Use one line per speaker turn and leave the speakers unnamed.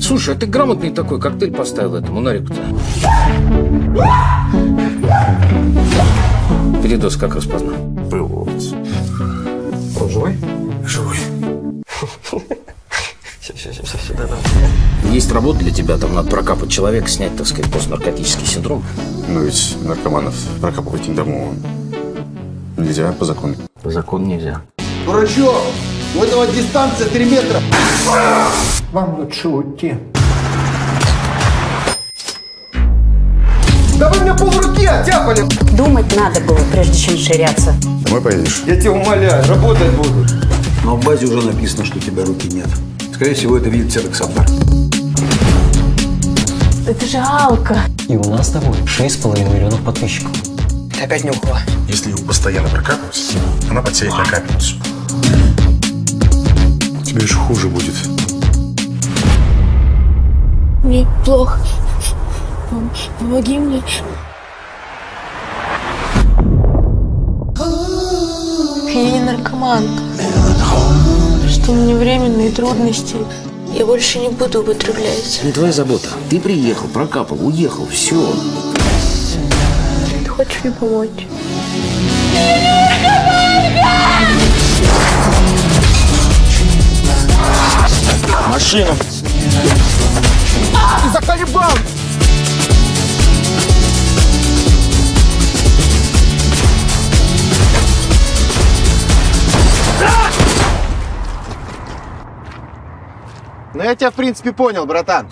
Слушай, а ты грамотный такой коктейль поставил этому Нарику-то? Передоз как распознал?
Приводится. Он живой?
Живой.
Все, все, все, все, все, да, да.
Есть работа для тебя, там надо прокапать человека, снять, так сказать, постнаркотический синдром.
Но ведь наркоманов прокапывать не дому нельзя по закону.
По закону нельзя.
Дурачок, у этого дистанция 3 метра.
Вам лучше уйти.
Да вы мне полруки оттяпали.
Думать надо было, прежде чем ширяться.
Домой поедешь?
Я тебя умоляю, работать буду.
Но в базе уже написано, что у тебя руки нет. Скорее всего, это видит Серый Сабдар.
Это жалко.
И у нас с тобой 6,5 миллионов подписчиков.
Опять нюхала.
Если его постоянно прокапывать, она подсеет на капельницу. Тебе еще хуже будет.
Мне плохо. Пом- Помоги мне. Я не наркоманка. Что у меня временные трудности. Я больше не буду употреблять.
Не твоя забота. Ты приехал, прокапал, уехал, все.
Ты хочешь мне помочь?
Ну я тебя в принципе понял, братан.